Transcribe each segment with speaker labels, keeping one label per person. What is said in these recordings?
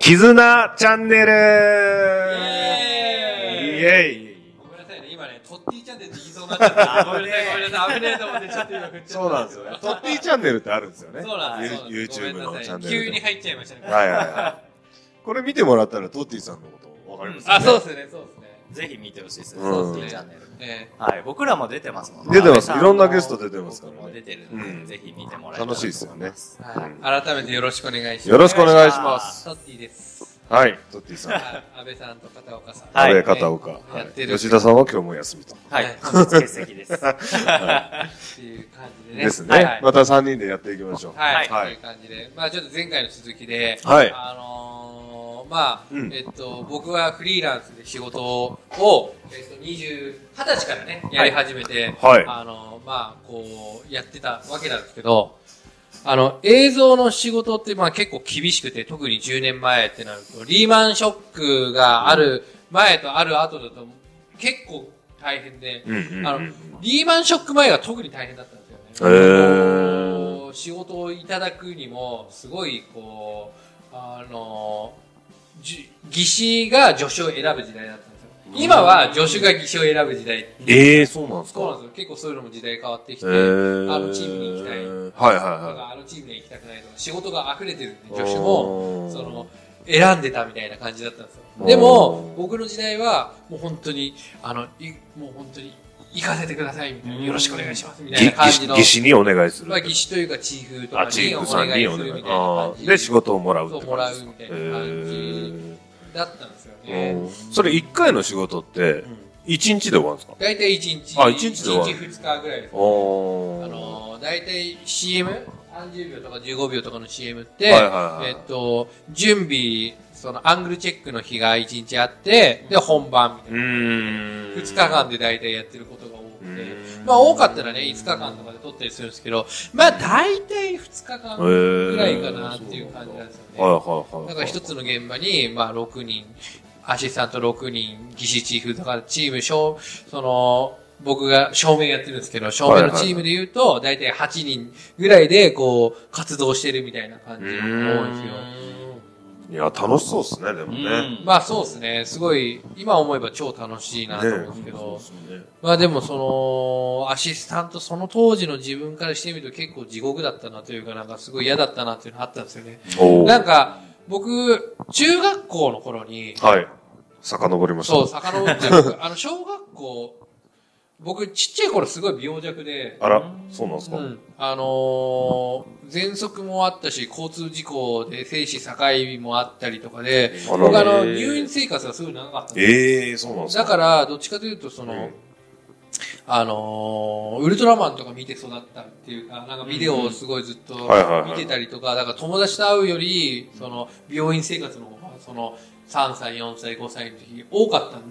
Speaker 1: 絆チャンネルイ
Speaker 2: エーイ
Speaker 1: エーイ
Speaker 2: ごめんなさいね、今ね、トッティチャンネルって言いそうになっちゃった。ごめんなさい、ごめんなさい、危ねえと思って、ちょっと今振っちゃった。
Speaker 1: そうなんですよね。トッティチャンネルってあるんですよね。
Speaker 2: そうなんです
Speaker 1: ゆ YouTube のチャンネルで。
Speaker 2: 急に入っちゃいましたね。
Speaker 1: はいはいはい。これ見てもらったらトッティさんのことわかりますよね
Speaker 2: あ、そうですね、そうですね。
Speaker 3: ぜひ見てほしいですね、
Speaker 1: うん
Speaker 3: ソースティーチャンネル。
Speaker 2: え
Speaker 3: はい、僕らも出てますもんね。
Speaker 1: 出てます
Speaker 3: 安倍さ
Speaker 1: いろんなゲスト出てますからね
Speaker 3: 僕も出てるんで、
Speaker 1: うん
Speaker 3: ぜひ見てもらいたい
Speaker 1: 楽しいですよね。
Speaker 2: ーはい改めてよろしくお願いします。
Speaker 1: よろしくお願いします。
Speaker 2: トッティです。
Speaker 1: はい、トッティさん。
Speaker 2: はい安倍さんと片岡さん。
Speaker 3: はい
Speaker 1: 安倍片岡。は
Speaker 2: やっ
Speaker 1: い
Speaker 2: てる。
Speaker 1: 吉田さんは今日もお休みと。
Speaker 3: は
Speaker 2: はい
Speaker 3: い、本日欠 席です。
Speaker 2: っていう感じでね。
Speaker 1: です
Speaker 2: はい
Speaker 1: ね。また3人でやっていきましょう。
Speaker 2: はい。
Speaker 1: はい
Speaker 2: という感じで。まあちょっと前回の続きで、
Speaker 1: はい
Speaker 2: あのーまあ、
Speaker 1: うん
Speaker 2: えっと、僕はフリーランスで仕事を、えっと、20、20歳からね、やり始めて、
Speaker 1: はい
Speaker 2: あのーまあ、こう、やってたわけなんですけど、あの、映像の仕事って、まあ結構厳しくて、特に10年前ってなると、リーマンショックがある前とある後だと、結構大変で、
Speaker 1: うんうんうん
Speaker 2: あの、リーマンショック前が特に大変だったんですよね。
Speaker 1: へー
Speaker 2: こう仕事をいただくにも、すごい、こう、あの、じ技師が助手を選ぶ時代だったんですよ。今は助手が技師を選ぶ時代。
Speaker 1: ええ、そうなんです
Speaker 2: そうなん
Speaker 1: か
Speaker 2: ですよ。結構そういうのも時代変わってきて、
Speaker 1: へー
Speaker 2: あのチームに行きたい。
Speaker 1: はいはいは
Speaker 2: あのチームに行きたくないとか、仕事が溢れてるんで、助手も、その、選んでたみたいな感じだったんですよ。でも
Speaker 1: お、ー
Speaker 2: 僕の時代は、もう本当に、あの、いもう本当に、行かせてください、みたいな、よろしくお願いします、みたいな感じの。
Speaker 1: 技師にお願いする。
Speaker 2: まあ、技師というか、チーフとか
Speaker 1: あ、
Speaker 2: に
Speaker 1: チーフ
Speaker 2: お
Speaker 1: さん
Speaker 2: 願
Speaker 1: に
Speaker 2: い
Speaker 1: お
Speaker 2: す
Speaker 1: 願
Speaker 2: る
Speaker 1: い
Speaker 2: みたいな感じ
Speaker 1: で、仕事をもらうって
Speaker 2: そ
Speaker 1: 感
Speaker 2: う
Speaker 1: じ
Speaker 2: もらうみたい
Speaker 1: へ
Speaker 2: な感じ
Speaker 1: ー
Speaker 2: だったんですよ
Speaker 1: う
Speaker 2: ね
Speaker 1: ん。それ一回の仕事って
Speaker 2: うん、
Speaker 1: 一日で終わるんですか
Speaker 2: 大体1日、
Speaker 1: あ一日で終わる
Speaker 2: 1日2日ぐらいですね。
Speaker 1: おー
Speaker 2: あのー、大体 CM?30 秒とか15秒とかの CM って、
Speaker 1: はいはいはい
Speaker 2: えっと、準備、そのアングルチェックの日が1日あって、で、本番みたいうな。
Speaker 1: ーん。
Speaker 2: 2日間で大体やってることが多くて
Speaker 1: う、ん
Speaker 2: まあ多かったらね、5日間とかで撮ったりするんですけど、まあ大体2日間ぐらいかなっていう感じなんですよね。
Speaker 1: はいはいはい。
Speaker 2: だから一つの現場に、まあ、6人、アシスタント6人、技師チーフ、だからチーム、正その、僕が正面やってるんですけど、正面のチームで言うと、大体8人ぐらいで、こう、活動してるみたいな感じが多いんですよ。
Speaker 1: いや、楽しそうですね、でもね。
Speaker 2: まあそうですね、すごい、今思えば超楽しいなと思うんですけど、
Speaker 1: ね
Speaker 2: まあでもその、アシスタント、その当時の自分からしてみると結構地獄だったなというか、なんかすごい嫌だったなっていうのがあったんですよね。
Speaker 1: お
Speaker 2: なん
Speaker 1: ー
Speaker 2: か、僕、中学校の頃に、
Speaker 1: はい。遡りました。
Speaker 2: そう、遡っちゃう。あの、小学校、僕、ちっちゃい頃すごい病弱で、
Speaker 1: あら、そうなんです
Speaker 2: う
Speaker 1: か
Speaker 2: ん。あのー、喘息もあったし、交通事故で生死境もあったりとかで、
Speaker 1: あら
Speaker 2: 僕あの、
Speaker 1: へー
Speaker 2: 入院生活がすごい長かったんですよ
Speaker 1: ええ、そうなんですか
Speaker 2: だから、どっちかというと、その、
Speaker 1: うん
Speaker 2: あのーウルトラマンとか見て育ったっていうか、なんかビデオをすごいずっと
Speaker 1: はいはいはい
Speaker 2: 見てたりとか、だから友達と会うより、その、病院生活の方が、その、3歳、4歳、5歳の時多かったん
Speaker 1: へ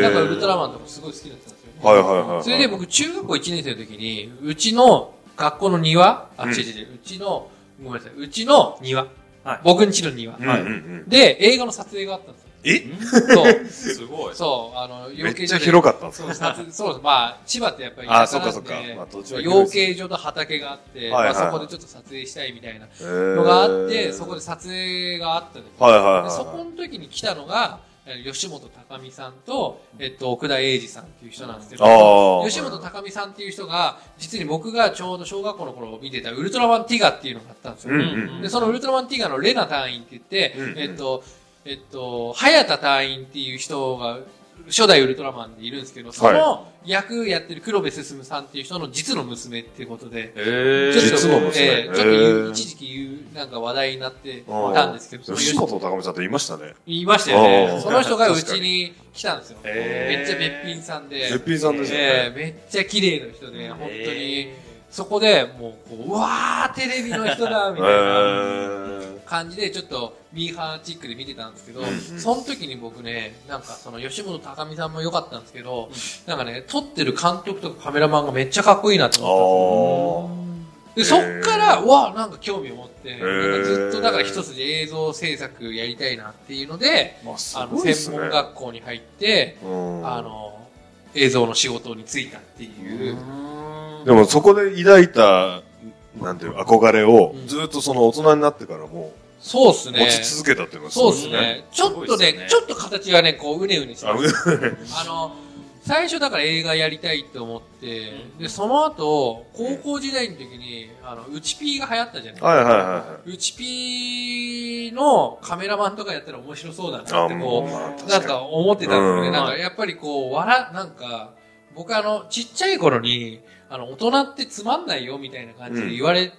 Speaker 1: ー
Speaker 2: だからウルトラマンとかすごい好きだったんですよね。
Speaker 1: はいはいはいはい。
Speaker 2: それで僕、中学校1年生の時に、うちの学校の庭、あ、
Speaker 1: うん
Speaker 2: 違う違う違う、うちの、ごめんなさい、うちの庭。
Speaker 3: はい
Speaker 2: 僕んちの庭、
Speaker 1: うんうんうん、
Speaker 2: で、映画の撮影があったんですよ。
Speaker 1: え
Speaker 2: そう。
Speaker 3: すごい。
Speaker 2: そう、あの、養
Speaker 1: めっ
Speaker 2: 鶏
Speaker 1: ち
Speaker 2: 場
Speaker 1: ゃ
Speaker 2: で
Speaker 1: 広かったんです
Speaker 2: そ
Speaker 1: か
Speaker 2: うです夏そうです。まあ、千葉ってやっぱり
Speaker 1: あー
Speaker 2: 田舎なんで
Speaker 1: そっかそっかまあ土地は広いです
Speaker 2: 養鶏場と畑があって、
Speaker 1: はいはい
Speaker 2: まあ、そこでちょっと撮影したいみたいなの
Speaker 1: の
Speaker 2: があって、そこで撮影があったんですよ
Speaker 1: はいはいはいはい
Speaker 2: でそこの時に来たのが、えー吉本隆美さんと、えっと、奥田英二さんっていう人なんですけど、
Speaker 1: あー
Speaker 2: 吉本隆美さんっていう人が、実に僕がちょうど小学校の頃見てたウルトラマンティガっていうのがあったんですよ。
Speaker 1: うん
Speaker 3: うん
Speaker 2: で、そのウルトラマンティガのレナ隊員って言って、
Speaker 1: うんうん
Speaker 2: えっと、えっと、早田隊員っていう人が、初代ウルトラマンでいるんですけど、その役やってる黒部進さんっていう人の実の娘っていうことで、
Speaker 3: え
Speaker 2: ちょ
Speaker 3: ー
Speaker 2: っと
Speaker 1: 実の娘
Speaker 2: えーちょっ
Speaker 1: へー
Speaker 2: と一時期言う、なんか話題になって
Speaker 1: あー
Speaker 2: たんですけど、その
Speaker 1: 吉本高見さんって言いましたね。
Speaker 2: 言いましたよね
Speaker 1: あ。ー
Speaker 2: その人がうちに来たんですよ。
Speaker 3: へー
Speaker 2: めっちゃべっぴんさんで。
Speaker 1: べっぴんさんですよね
Speaker 2: ええめっちゃ綺麗な人で、本当に
Speaker 3: へ。
Speaker 2: そこで、もう、こう、うわー、テレビの人だ、み
Speaker 1: え
Speaker 2: たいな。
Speaker 1: ー、
Speaker 2: 感じでちょっとミーハーチックで見てたんですけど、その時に僕ね、なんかその吉本隆美さんも良かったんですけど、なんかね、撮ってる監督とかカメラマンがめっちゃかっこいいなと
Speaker 1: あー
Speaker 2: 思ったんですよ。で、そっから、
Speaker 1: へー
Speaker 2: うわ、なんか興味を持って、
Speaker 1: ー
Speaker 2: なんかずっとだから一筋映像制作やりたいなっていうので、
Speaker 1: まあす
Speaker 2: あの、
Speaker 1: ごいっす
Speaker 2: 専
Speaker 1: ね。
Speaker 2: 門学校に入って、
Speaker 1: うん
Speaker 2: あの、映像の仕事に就いたっていう。
Speaker 1: でもそこで抱いた、なんていう、憧れを
Speaker 2: う、ん
Speaker 1: ずっとその大人になってからも、
Speaker 2: そうっすね
Speaker 1: 持。ち続けたって言います
Speaker 2: そうですね。ちょっと
Speaker 3: すごい
Speaker 2: ね
Speaker 3: っすね
Speaker 2: ちょっと形がね、こう、うねうねして
Speaker 1: あ、
Speaker 2: ます
Speaker 1: うね。
Speaker 2: あの、最初だから映画やりたいと思って、で、その後、高校時代の時に、あの、うちピーが流行ったじゃないですか。
Speaker 1: はいはいは
Speaker 2: うちピーのカメラマンとかやったら面白そうだ
Speaker 1: いは。
Speaker 2: ないって、こ
Speaker 1: まあ
Speaker 2: う、なん
Speaker 1: 確か
Speaker 2: か思ってたんですよね。
Speaker 1: うん
Speaker 2: なんか、やっぱりこう、笑、なんか、僕あの、ちっちゃい頃に、あの、大人ってつまんないよみたいな感じで言われ、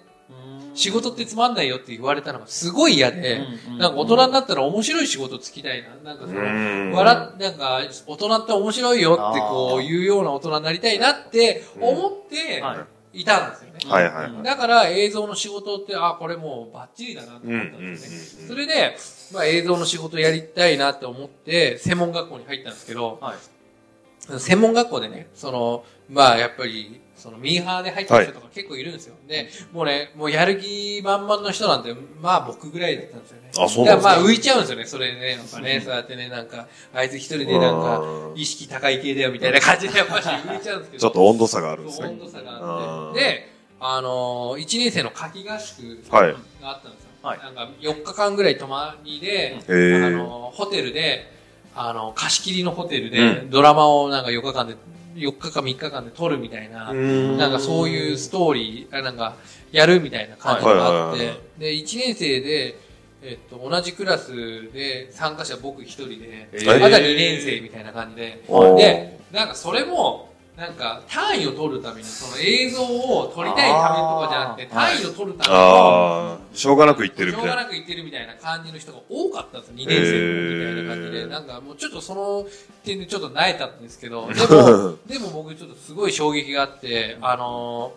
Speaker 2: 仕事ってつまんないよって言われたのがすごい嫌で、なんか大人になったら面白い仕事つきたいな。なんかそ
Speaker 1: に。
Speaker 2: の、
Speaker 1: うん
Speaker 2: 笑っ、なんか、大人って面白いよってこ
Speaker 3: あ
Speaker 2: う
Speaker 3: ー
Speaker 2: 言うような大人になりたいなって思って
Speaker 3: はい
Speaker 2: いたんですよね。
Speaker 1: はいはいはい
Speaker 3: うん
Speaker 2: だから映像の仕事って、あ、これもうバッチリだなと思ったんですね。
Speaker 1: うん
Speaker 2: それで、まあ映像の仕事やりたいなって思って、専門学校に入ったんですけど、
Speaker 3: はい
Speaker 2: 専門学校でね、その、まあやっぱり、そのミーハーで入った人とか結構いるんですよ。で、もうね、もうやる気満々の人なんて、まあ僕ぐらいだったんですよね。
Speaker 1: あそうなんですか
Speaker 2: だからまあ浮いちゃうんですよね、それね。なんかね、そうやってね、なんか、あいつ一人でなんか
Speaker 1: う、ん
Speaker 2: 意識高い系だよみたいな感じで、やっぱり浮いちゃうんですけど。
Speaker 1: ちょっと温度差があるんです
Speaker 2: そう
Speaker 1: ね
Speaker 2: 温。度差があ
Speaker 1: あ
Speaker 2: っ
Speaker 1: ー
Speaker 2: て、で、あのー、1年生の夏季合宿が
Speaker 1: はい。
Speaker 2: あったんですよ。
Speaker 3: はい
Speaker 2: なんか4日間ぐらい泊まりで、
Speaker 1: え
Speaker 2: あ
Speaker 1: ー。
Speaker 2: のー、ホテルで、あの、貸し切りのホテルで、
Speaker 1: う
Speaker 2: ドラマをなんか4日間で、4日か3日間で撮るみたいな、
Speaker 1: うん
Speaker 2: なんかそういうストーリー、あなんか、やるみたいな感じがあっ
Speaker 1: はいはい
Speaker 2: て
Speaker 1: はいは、
Speaker 2: で、1年生で、えっと、同じクラスで参加者僕一人で、
Speaker 1: え
Speaker 2: ま
Speaker 1: ー
Speaker 2: だ2年生みたいな感じで、
Speaker 1: おー
Speaker 2: で、なんかそれも、なんか単位を取るために、その映像を撮りたいためとかじゃなくて、
Speaker 3: あー
Speaker 2: 単位を取るための、
Speaker 1: ああ、しょうがなく言ってるみたい
Speaker 2: しょうが
Speaker 1: な。
Speaker 2: なく言ってるみたいな感じの人が多かったんですよ、2年生みたいな感じで。
Speaker 1: へー
Speaker 2: なんかもうちょっとその点でちょっと萎えたんで すけど、でも、でも僕ちょっとすごい衝撃があって、あの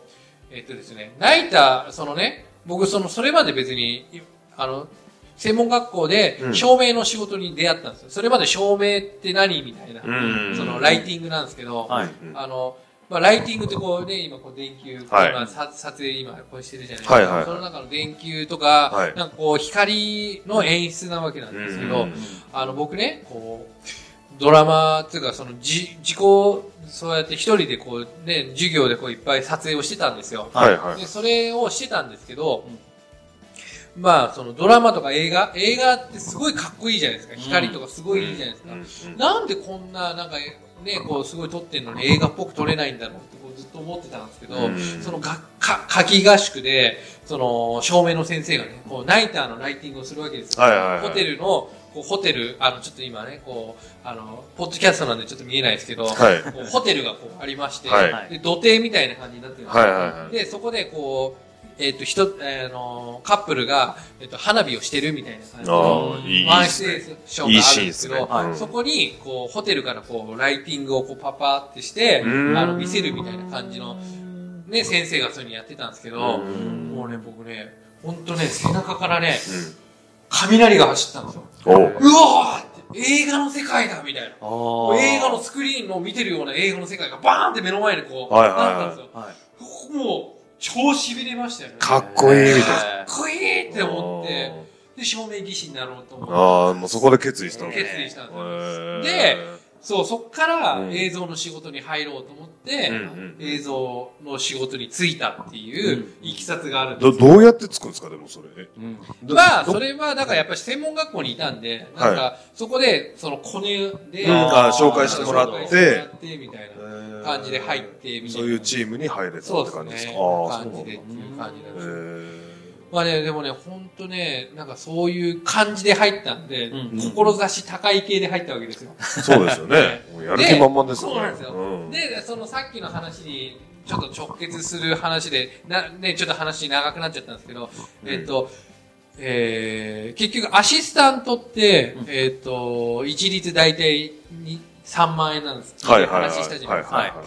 Speaker 2: ーえっとですね、泣いた、そのね、僕その、それまで別に、いあの、専門学校で
Speaker 1: うん
Speaker 2: 照明の仕事に出会ったんですよ。それまで照明って何みたいな、
Speaker 1: うん
Speaker 2: そのライティングなんですけど、
Speaker 3: はい
Speaker 1: うん
Speaker 2: あの、まあ、ライティングってこうね、今こう電球、
Speaker 1: はい
Speaker 2: 今さ撮影今こうしてるじゃないですか。
Speaker 1: はいはいはい
Speaker 2: その中の電球とか、
Speaker 1: はい
Speaker 2: なんかこう光の演出なわけなんですけど、
Speaker 1: うん
Speaker 2: あの僕ね、こう、ドラマっていうかそのじ、自己、そうやって一人でこうね、授業でこういっぱい撮影をしてたんですよ。
Speaker 1: はいはい。
Speaker 2: で、それをしてたんですけど、まあ、そのドラマとか映画、映画ってすごいかっこいいじゃないですか。光とかすごいいいじゃないですか。
Speaker 1: うん
Speaker 2: なんでこんな、なんか、ね、こう、すごい撮ってんのに映画っぽく撮れないんだろうってこうずっと思ってたんですけど、
Speaker 1: うん
Speaker 2: そのが、か、夏季合宿で、その、照明の先生がね、こう、ナイターのライティングをするわけですよ。
Speaker 1: はいはいはい
Speaker 2: ホテルの、こう、ホテル、あの、ちょっと今ね、こう、あの、ポッドキャストなんでちょっと見えないですけど、
Speaker 1: はい
Speaker 2: こうホテルがこう、ありまして、
Speaker 1: はい
Speaker 2: で、土手みたいな感じになってるんですよ
Speaker 1: はいはいはい。
Speaker 2: で、そこでこう、えっ、と、ひと、えーあのーカップルが、えっ、と、花火をしてるみたいな感じの、
Speaker 1: ああ、いい
Speaker 2: ワン
Speaker 1: で
Speaker 2: ス
Speaker 1: す
Speaker 2: テ
Speaker 1: ね。
Speaker 2: ーションがあるんですけ
Speaker 1: いい
Speaker 2: ど、
Speaker 1: シーンですね
Speaker 2: そこに、こう、ホテルからこう、ライティングをこう、パパってして、あ
Speaker 1: うん
Speaker 2: の、見せるみたいな感じの、ね、先生がそういうのやってたんですけ
Speaker 1: う
Speaker 2: ど、
Speaker 1: ん
Speaker 2: もうね、僕ね、ほんとね、背中からね、雷が走ったんですよ。
Speaker 1: うん。おう
Speaker 2: うわーって、映画の世界だみたいな。
Speaker 3: あ
Speaker 2: こ
Speaker 3: ー
Speaker 2: う映画のスクリーンを見てるような映画の世界がバーンって目の前にこう、
Speaker 1: はいはいはい
Speaker 2: なったんですよ。
Speaker 3: はい
Speaker 2: ここもう、超痺れましたよね。
Speaker 1: かっこいいみたいな。
Speaker 2: かっこいいって思って、
Speaker 1: あー
Speaker 2: で、照明技師になろうと思って。
Speaker 1: ああ、もうそこで決意したの。
Speaker 2: 決意したんです
Speaker 1: で
Speaker 2: よ。で、そう、そっから
Speaker 1: うん
Speaker 2: 映像の仕事に入ろうと思って、
Speaker 1: うんうん
Speaker 2: 映像の仕事に就いたっていう
Speaker 3: う
Speaker 2: いきさつがあるんで
Speaker 1: ど、
Speaker 2: す。
Speaker 1: どうやってつくんですか、でもそれ。
Speaker 3: うん
Speaker 1: ど
Speaker 2: まあ、それは、だからやっぱり専門学校にいたんで、なんか、そこで、その、コネで、
Speaker 1: うん
Speaker 3: あ紹介
Speaker 1: してもらって
Speaker 2: 紹介してもらってみたいな感じで入って、みたいな。
Speaker 1: そういうチームに入れたって
Speaker 2: そう
Speaker 1: 感じ
Speaker 2: で
Speaker 1: ですすか。
Speaker 2: ね。
Speaker 1: ああ、そう
Speaker 2: 感
Speaker 1: なんだ
Speaker 2: じ
Speaker 1: へ
Speaker 2: でっていう感じなんですよ。
Speaker 1: え。
Speaker 2: まあね、でもね、ほんとね、なんかそういう感じで入ったんで、
Speaker 3: うん
Speaker 2: 志高い系で入ったわけですよ。
Speaker 1: そうですよ ね。もうやる気満々ですよね。
Speaker 2: そうなんですよ。
Speaker 1: うん
Speaker 2: で、そのさっきの話に、ちょっと直結する話で、な、ね、ちょっと話長くなっちゃったんですけど、
Speaker 1: うん
Speaker 2: えっと、えー、結局アシスタントって、えっと、一律大体に3万円なんです。
Speaker 1: はいはいはい。
Speaker 2: 話したじゃないですか。
Speaker 1: はいはいはい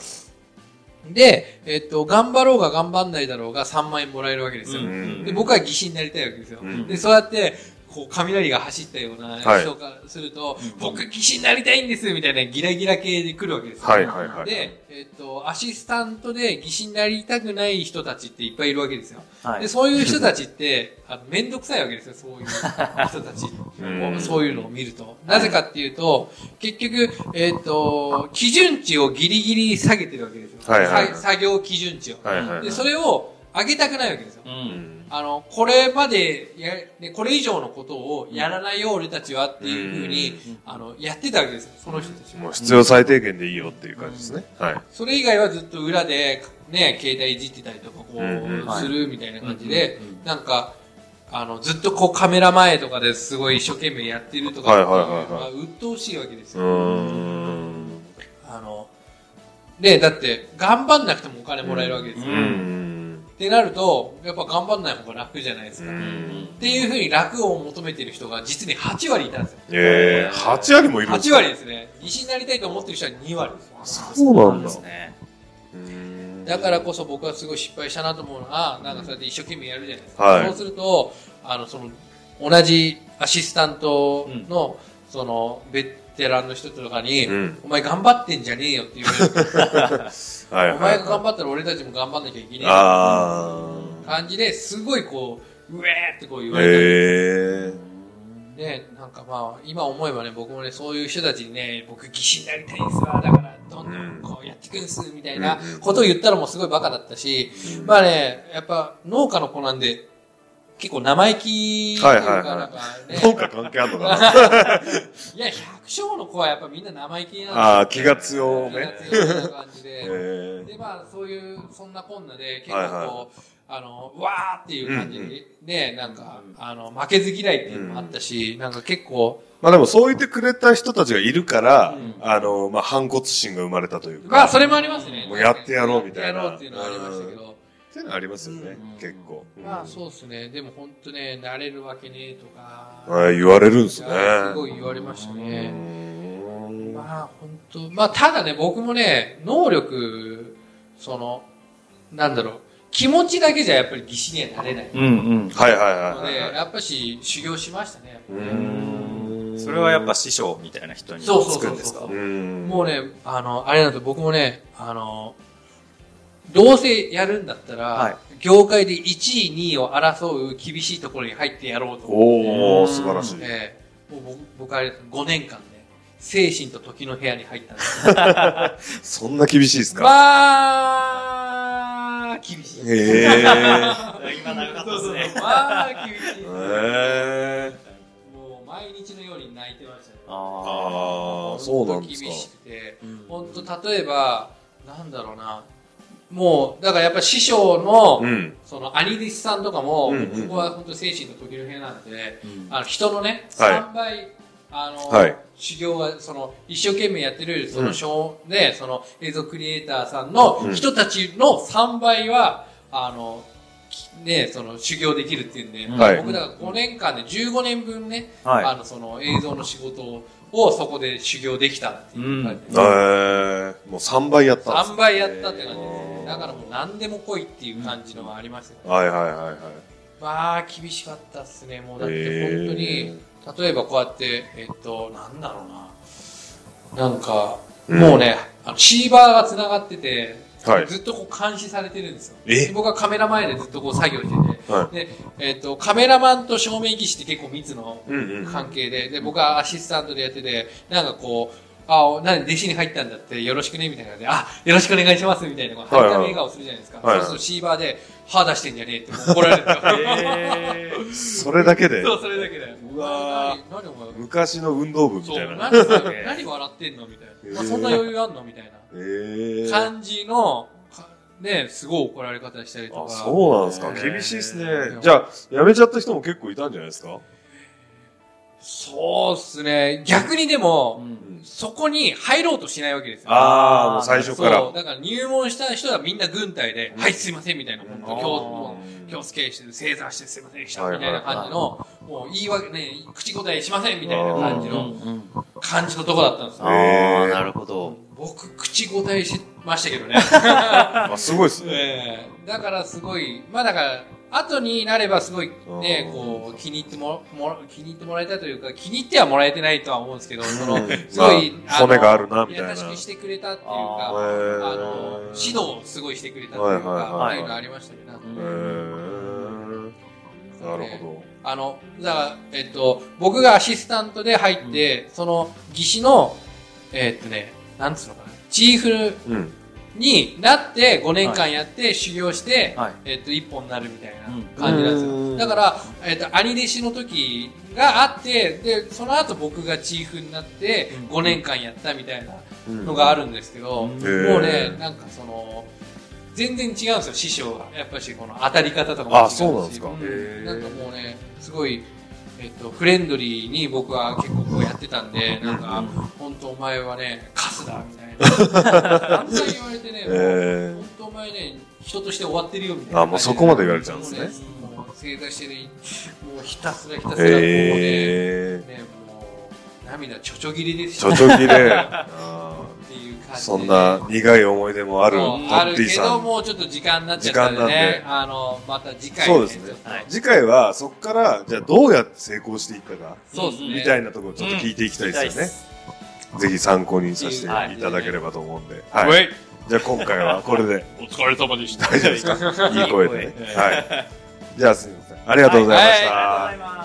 Speaker 2: で、えっと、頑張ろうが頑張んないだろうが3万円もらえるわけですよ。
Speaker 1: うん
Speaker 2: で、僕は技師になりたいわけですよ。
Speaker 1: うん
Speaker 2: で、そうやって、こう、雷が走ったような
Speaker 1: はい
Speaker 2: 人からすると、僕、技師になりたいんですみたいなギラギラ系で来るわけですよ。
Speaker 1: はいはいはい。
Speaker 2: で、えっと、アシスタントで技師になりたくない人たちっていっぱいいるわけですよ。
Speaker 3: はい
Speaker 2: で、そういう人たちって、 あの、めんどくさいわけですよ、そういう人たち。
Speaker 1: うん
Speaker 2: そういうのを見ると。なぜかっていうと、結局、えっ、と、基準値をギリギリ下げてるわけですよ。
Speaker 1: はいはい
Speaker 2: さ作業基準値を。
Speaker 1: はいはいはい
Speaker 2: で、それを、あげたくないわけですよ。
Speaker 3: うん。
Speaker 2: あの、これまでや、ね、これ以上のことをやらないよ、俺たちはっていうふうに、あの、やってたわけですよ、その人たちは。
Speaker 1: もう必要最低限でいいよっていう感じですね。はい。
Speaker 2: それ以外はずっと裏で、ね、携帯いじってたりとか、こ
Speaker 1: うんうん
Speaker 2: う、するみたいな感じで、なんか、あの、ずっとこうカメラ前とかですごい一生懸命やってるとか、
Speaker 1: はいはいはいはい
Speaker 2: まあ鬱陶しいわけです
Speaker 1: う
Speaker 2: よ。
Speaker 1: ーん。
Speaker 2: あの、ね、だって、頑張んなくてもお金もらえるわけですよ。
Speaker 1: うーん。
Speaker 2: ってなると、やっぱ頑張んない方が楽じゃないですか。
Speaker 1: う
Speaker 2: っ
Speaker 1: ん
Speaker 2: ていうふうに楽を求めてる人が実に8割いたんですよ。
Speaker 1: ええ、8割もいるんです
Speaker 2: 8
Speaker 1: か
Speaker 2: 割ですね。医師になりたいと思ってる人は2割ですよ。
Speaker 1: そうなんだ。
Speaker 3: ですね。
Speaker 1: うーん
Speaker 2: だからこそ僕はすごい失敗したなと思うのが、なんかそうやって一生懸命やるじゃないですか。
Speaker 1: はい
Speaker 2: そうすると、あの、その、同じアシスタントの、その、ベテランの人とかに、
Speaker 1: うん
Speaker 2: お前頑張ってんじゃねえよって言われ る。
Speaker 1: はい
Speaker 2: お
Speaker 1: はい
Speaker 2: 前が
Speaker 1: は
Speaker 2: 頑張ったら俺たちも頑張んなきゃいけ
Speaker 1: い。
Speaker 2: ねえよ
Speaker 1: あ
Speaker 2: って
Speaker 1: あ。
Speaker 2: 感じですごいこう、うえーってこう言われたり
Speaker 1: ええ。
Speaker 2: ね、なんかまあ、今思えばね、僕もね、そういう人たちにね、僕、技師になりたいんですわ、だから、どんどんこうやっていくんです、みたいなことを言ったらもうすごいバカだったし、まあね、やっぱ農家の子なんで、結構生意気という
Speaker 1: はいはい
Speaker 2: か、
Speaker 1: はい
Speaker 2: なんかね、
Speaker 1: 効果関係あるのか な
Speaker 2: いや、百姓の子はやっぱみんな生意気なんで
Speaker 1: ああ、気が強
Speaker 2: 気が
Speaker 1: め。
Speaker 2: 強いみたいな感じ
Speaker 1: え
Speaker 2: で、
Speaker 1: え。
Speaker 2: で、まあ、そういう、そんなこんなで、結
Speaker 1: はい
Speaker 2: 構こ
Speaker 1: は
Speaker 2: う、あの、わーっていう感じで、ね、なんか、あの、負けず嫌いっていうのもあったし、なんか結構、
Speaker 1: まあでもそう言ってくれた人たちがいるから、
Speaker 2: うん
Speaker 1: あの、まあ反骨心が生まれたというか、
Speaker 2: まあ、それもありますね。
Speaker 1: もうやってやろうみたいな
Speaker 2: やってやろうっていうのはありましたけど。
Speaker 1: っていうのはありますよね、結構。
Speaker 2: まあ、そうですね。でも本当ね、慣れるわけねえとか。
Speaker 1: はい、言われるんです
Speaker 2: い
Speaker 1: ね。
Speaker 2: やすごい言われました
Speaker 1: う
Speaker 2: ね。
Speaker 1: ーん
Speaker 2: まあ、本当まあ、ただね、僕もね、能力、その、なんだろう、気持ちだけじゃやっぱり技師にはなれない。
Speaker 3: うんうん。
Speaker 1: はいはいはい
Speaker 2: ので、
Speaker 1: はいはい。
Speaker 2: やっぱし修行しましたね。やっぱ
Speaker 1: う
Speaker 2: ね
Speaker 1: ーん
Speaker 3: それはやっぱ師匠みたいな人につ
Speaker 2: そうそう
Speaker 3: く
Speaker 2: そ
Speaker 3: ん
Speaker 2: う
Speaker 3: です
Speaker 2: そ
Speaker 3: か
Speaker 2: う
Speaker 1: う。ん
Speaker 2: もうね、あの、あれなんですよ僕もね、あの、どうせやるんだったら、
Speaker 3: はい
Speaker 2: 業界で1位、2位を争う厳しいところに入ってやろうと思
Speaker 1: おー、素晴らしい
Speaker 2: っ。て、もう僕僕あれです5年間ね、精神と時の部屋に入ったんですよ。
Speaker 1: そんな厳しいですか
Speaker 2: まあ、厳しい。
Speaker 1: へえ。
Speaker 3: 今長か
Speaker 2: そうそうそうまあ、厳しい。
Speaker 1: へえ。
Speaker 2: もう毎日のように泣いてましたね。
Speaker 3: あ
Speaker 1: ああ、そうなんです
Speaker 2: 厳し
Speaker 1: か。
Speaker 2: くて
Speaker 3: うん、
Speaker 2: 本当例えば、なんだろうな、もう、だからやっぱ師匠の、
Speaker 1: うん。
Speaker 2: その兄弟子さんとかも、
Speaker 1: うんうん
Speaker 2: ここは本当精神の時の部屋なんで、
Speaker 3: うん
Speaker 2: あの人のね、
Speaker 1: はい
Speaker 2: 3倍、あの、
Speaker 1: はい
Speaker 2: 修行は、その、一生懸命やってる、そ
Speaker 1: うん
Speaker 2: の、小、ね、その、映像クリエイターさんの人たちの3倍は、あの、きね、その、修行できるっていうんで、
Speaker 1: はい
Speaker 2: 僕だから5年間で15年分ね、
Speaker 3: はい
Speaker 2: あの、その、映像の仕事を、をそこで修行できたっていう感じで
Speaker 1: へえ。もう3倍やったんです
Speaker 2: 3
Speaker 1: ね
Speaker 2: 倍やったって感じですね。だからもう何でも来いっていう感じのはありますよね。
Speaker 1: はいはいはいはい。
Speaker 2: まあ、厳しかったっすね。もうだって本当
Speaker 1: へ
Speaker 2: に、例えばこうやって、えっと、なんだろうな。なんか、
Speaker 1: うん
Speaker 2: もうね、あのシーバーが繋がってて、
Speaker 1: はい
Speaker 2: ずっとこう監視されてるんですよ。
Speaker 1: え
Speaker 2: で僕はカメラ前でずっとこう作業してて、
Speaker 1: は
Speaker 2: で、えっと、カメラマンと照明技師って結構密の
Speaker 1: うんうん
Speaker 2: 関係で、で、僕はアシスタントでやってて、なんかこう、あ、おなんで弟子に入ったんだって、よろしくねみたいな感じで、あ、よろしくお願いしますみたいな、こう
Speaker 1: はいは
Speaker 2: ハイ
Speaker 1: い
Speaker 2: タメ笑顔するじゃないですか。
Speaker 1: はいはい
Speaker 2: そうするとシーバーで、歯出してんじゃねえって怒られるんですよ。
Speaker 1: それだけで、
Speaker 2: そう、それだけだよ。
Speaker 1: うわ
Speaker 2: 何何お前、
Speaker 1: 昔の運動部み
Speaker 2: そ、
Speaker 1: たいうな。
Speaker 2: 何そ れ何笑ってんのみたい
Speaker 1: え
Speaker 2: な。
Speaker 1: ー
Speaker 2: あそんな余裕あんのみたいな
Speaker 1: ええ。
Speaker 2: 感じの、かね、すごい怒られ方したりと
Speaker 1: あ、
Speaker 2: か。
Speaker 1: そうなんですか。
Speaker 3: へー
Speaker 1: 厳しいですね。じゃあ、辞めちゃった人も結構いたんじゃないですか
Speaker 2: そうっすね。逆にでも、
Speaker 3: うん
Speaker 2: そこに入ろうとしないわけですよ。
Speaker 1: あ
Speaker 3: あー
Speaker 1: あ、もう最初
Speaker 2: そ
Speaker 1: から
Speaker 2: う。。だから入門した人はみんな軍隊で、はい、すいません、みたいな。本当今日もう、今日スケしてる、正座してすいませんでした、
Speaker 1: はい
Speaker 2: みたいな感じの、もう言い訳ね、口答えしません、みたいな感じの感じのとこだったんですよ
Speaker 3: あ。あ、なるほど。
Speaker 2: 僕、口答えしました けどね。
Speaker 1: あ、すごいっすね。
Speaker 2: ええだからすごい、まあだから、後になればすごいね
Speaker 1: う、ん
Speaker 2: こう、気に入っても、も気に入ってもらいたいというか、気に入ってはもらえてないとは思うんですけど、その、すごい、
Speaker 1: まあ骨があるなみたいな
Speaker 2: 優しくしてくれたっていうか、
Speaker 3: あ
Speaker 1: ー
Speaker 2: あの、指導をすごいしてくれたっていうか、
Speaker 1: はい
Speaker 2: っ
Speaker 3: はいはい
Speaker 2: ていうのありましたね。なんか
Speaker 1: へーなるほ
Speaker 2: あの、だから、えっと、僕がアシスタントで入って、その、技師の、えっとね、なんつうのかな、チーフ
Speaker 1: ど。うん。
Speaker 2: になって5年間やって修行して、
Speaker 3: はい
Speaker 2: えっと一本になるみたいな
Speaker 3: うん
Speaker 2: 感じなんですよ、
Speaker 1: うん
Speaker 2: だから、えっと兄弟子の時があってでその後僕がチーフになって
Speaker 3: うん
Speaker 2: 5年間やったみたいな
Speaker 1: うん
Speaker 2: のがあるんですけど、
Speaker 3: うん
Speaker 2: も
Speaker 3: へ
Speaker 1: ー
Speaker 2: うねなんかその全然違うんですよ師匠がやっぱりこの当たり方とかも違う
Speaker 1: あ
Speaker 2: し
Speaker 1: そうなんですかへ
Speaker 3: ー
Speaker 2: なんかもうねすごいえっと、フレンドリーに僕は結構こうやってたんで、なんか、本当お前はね、カスだ、みたい な。反対言われてね、
Speaker 1: え
Speaker 2: 本当お前ね、人として終わってるよ、みたいな。
Speaker 1: あもうそこまで言われちゃうんですね
Speaker 2: もうね。もう正座してね、もうひたすらひた
Speaker 1: ー、
Speaker 2: すら、こうね、
Speaker 1: えー、
Speaker 2: ね、もう、涙ちょちょぎりでし
Speaker 1: ち
Speaker 2: たっ
Speaker 1: ょちょぎ れあ
Speaker 2: ていう感
Speaker 1: ー
Speaker 2: じで。
Speaker 1: そんな苦い思い出もあるト
Speaker 2: もうあ
Speaker 1: ッ
Speaker 2: る
Speaker 1: ティ
Speaker 2: け
Speaker 1: さ
Speaker 2: ど、
Speaker 1: ん
Speaker 2: もうちょっと時間になっちゃったん
Speaker 1: 時
Speaker 2: で
Speaker 1: 間なん
Speaker 2: ね
Speaker 1: で、
Speaker 2: あの、また次回、
Speaker 1: そうですね
Speaker 3: はい
Speaker 1: 次回はそこからじゃあどうやって成功していったか
Speaker 2: そうですね。
Speaker 1: みたいなところをちょっと聞いていきたいですよね、ぜひ参考にさせていただければと思うんで、はい
Speaker 4: はい。
Speaker 1: じゃあ今回はこれで
Speaker 4: お疲れ様でした。
Speaker 1: 大丈夫ですかいい声でねはいじゃあすみませんありがとうございました、
Speaker 3: ありがとうございます。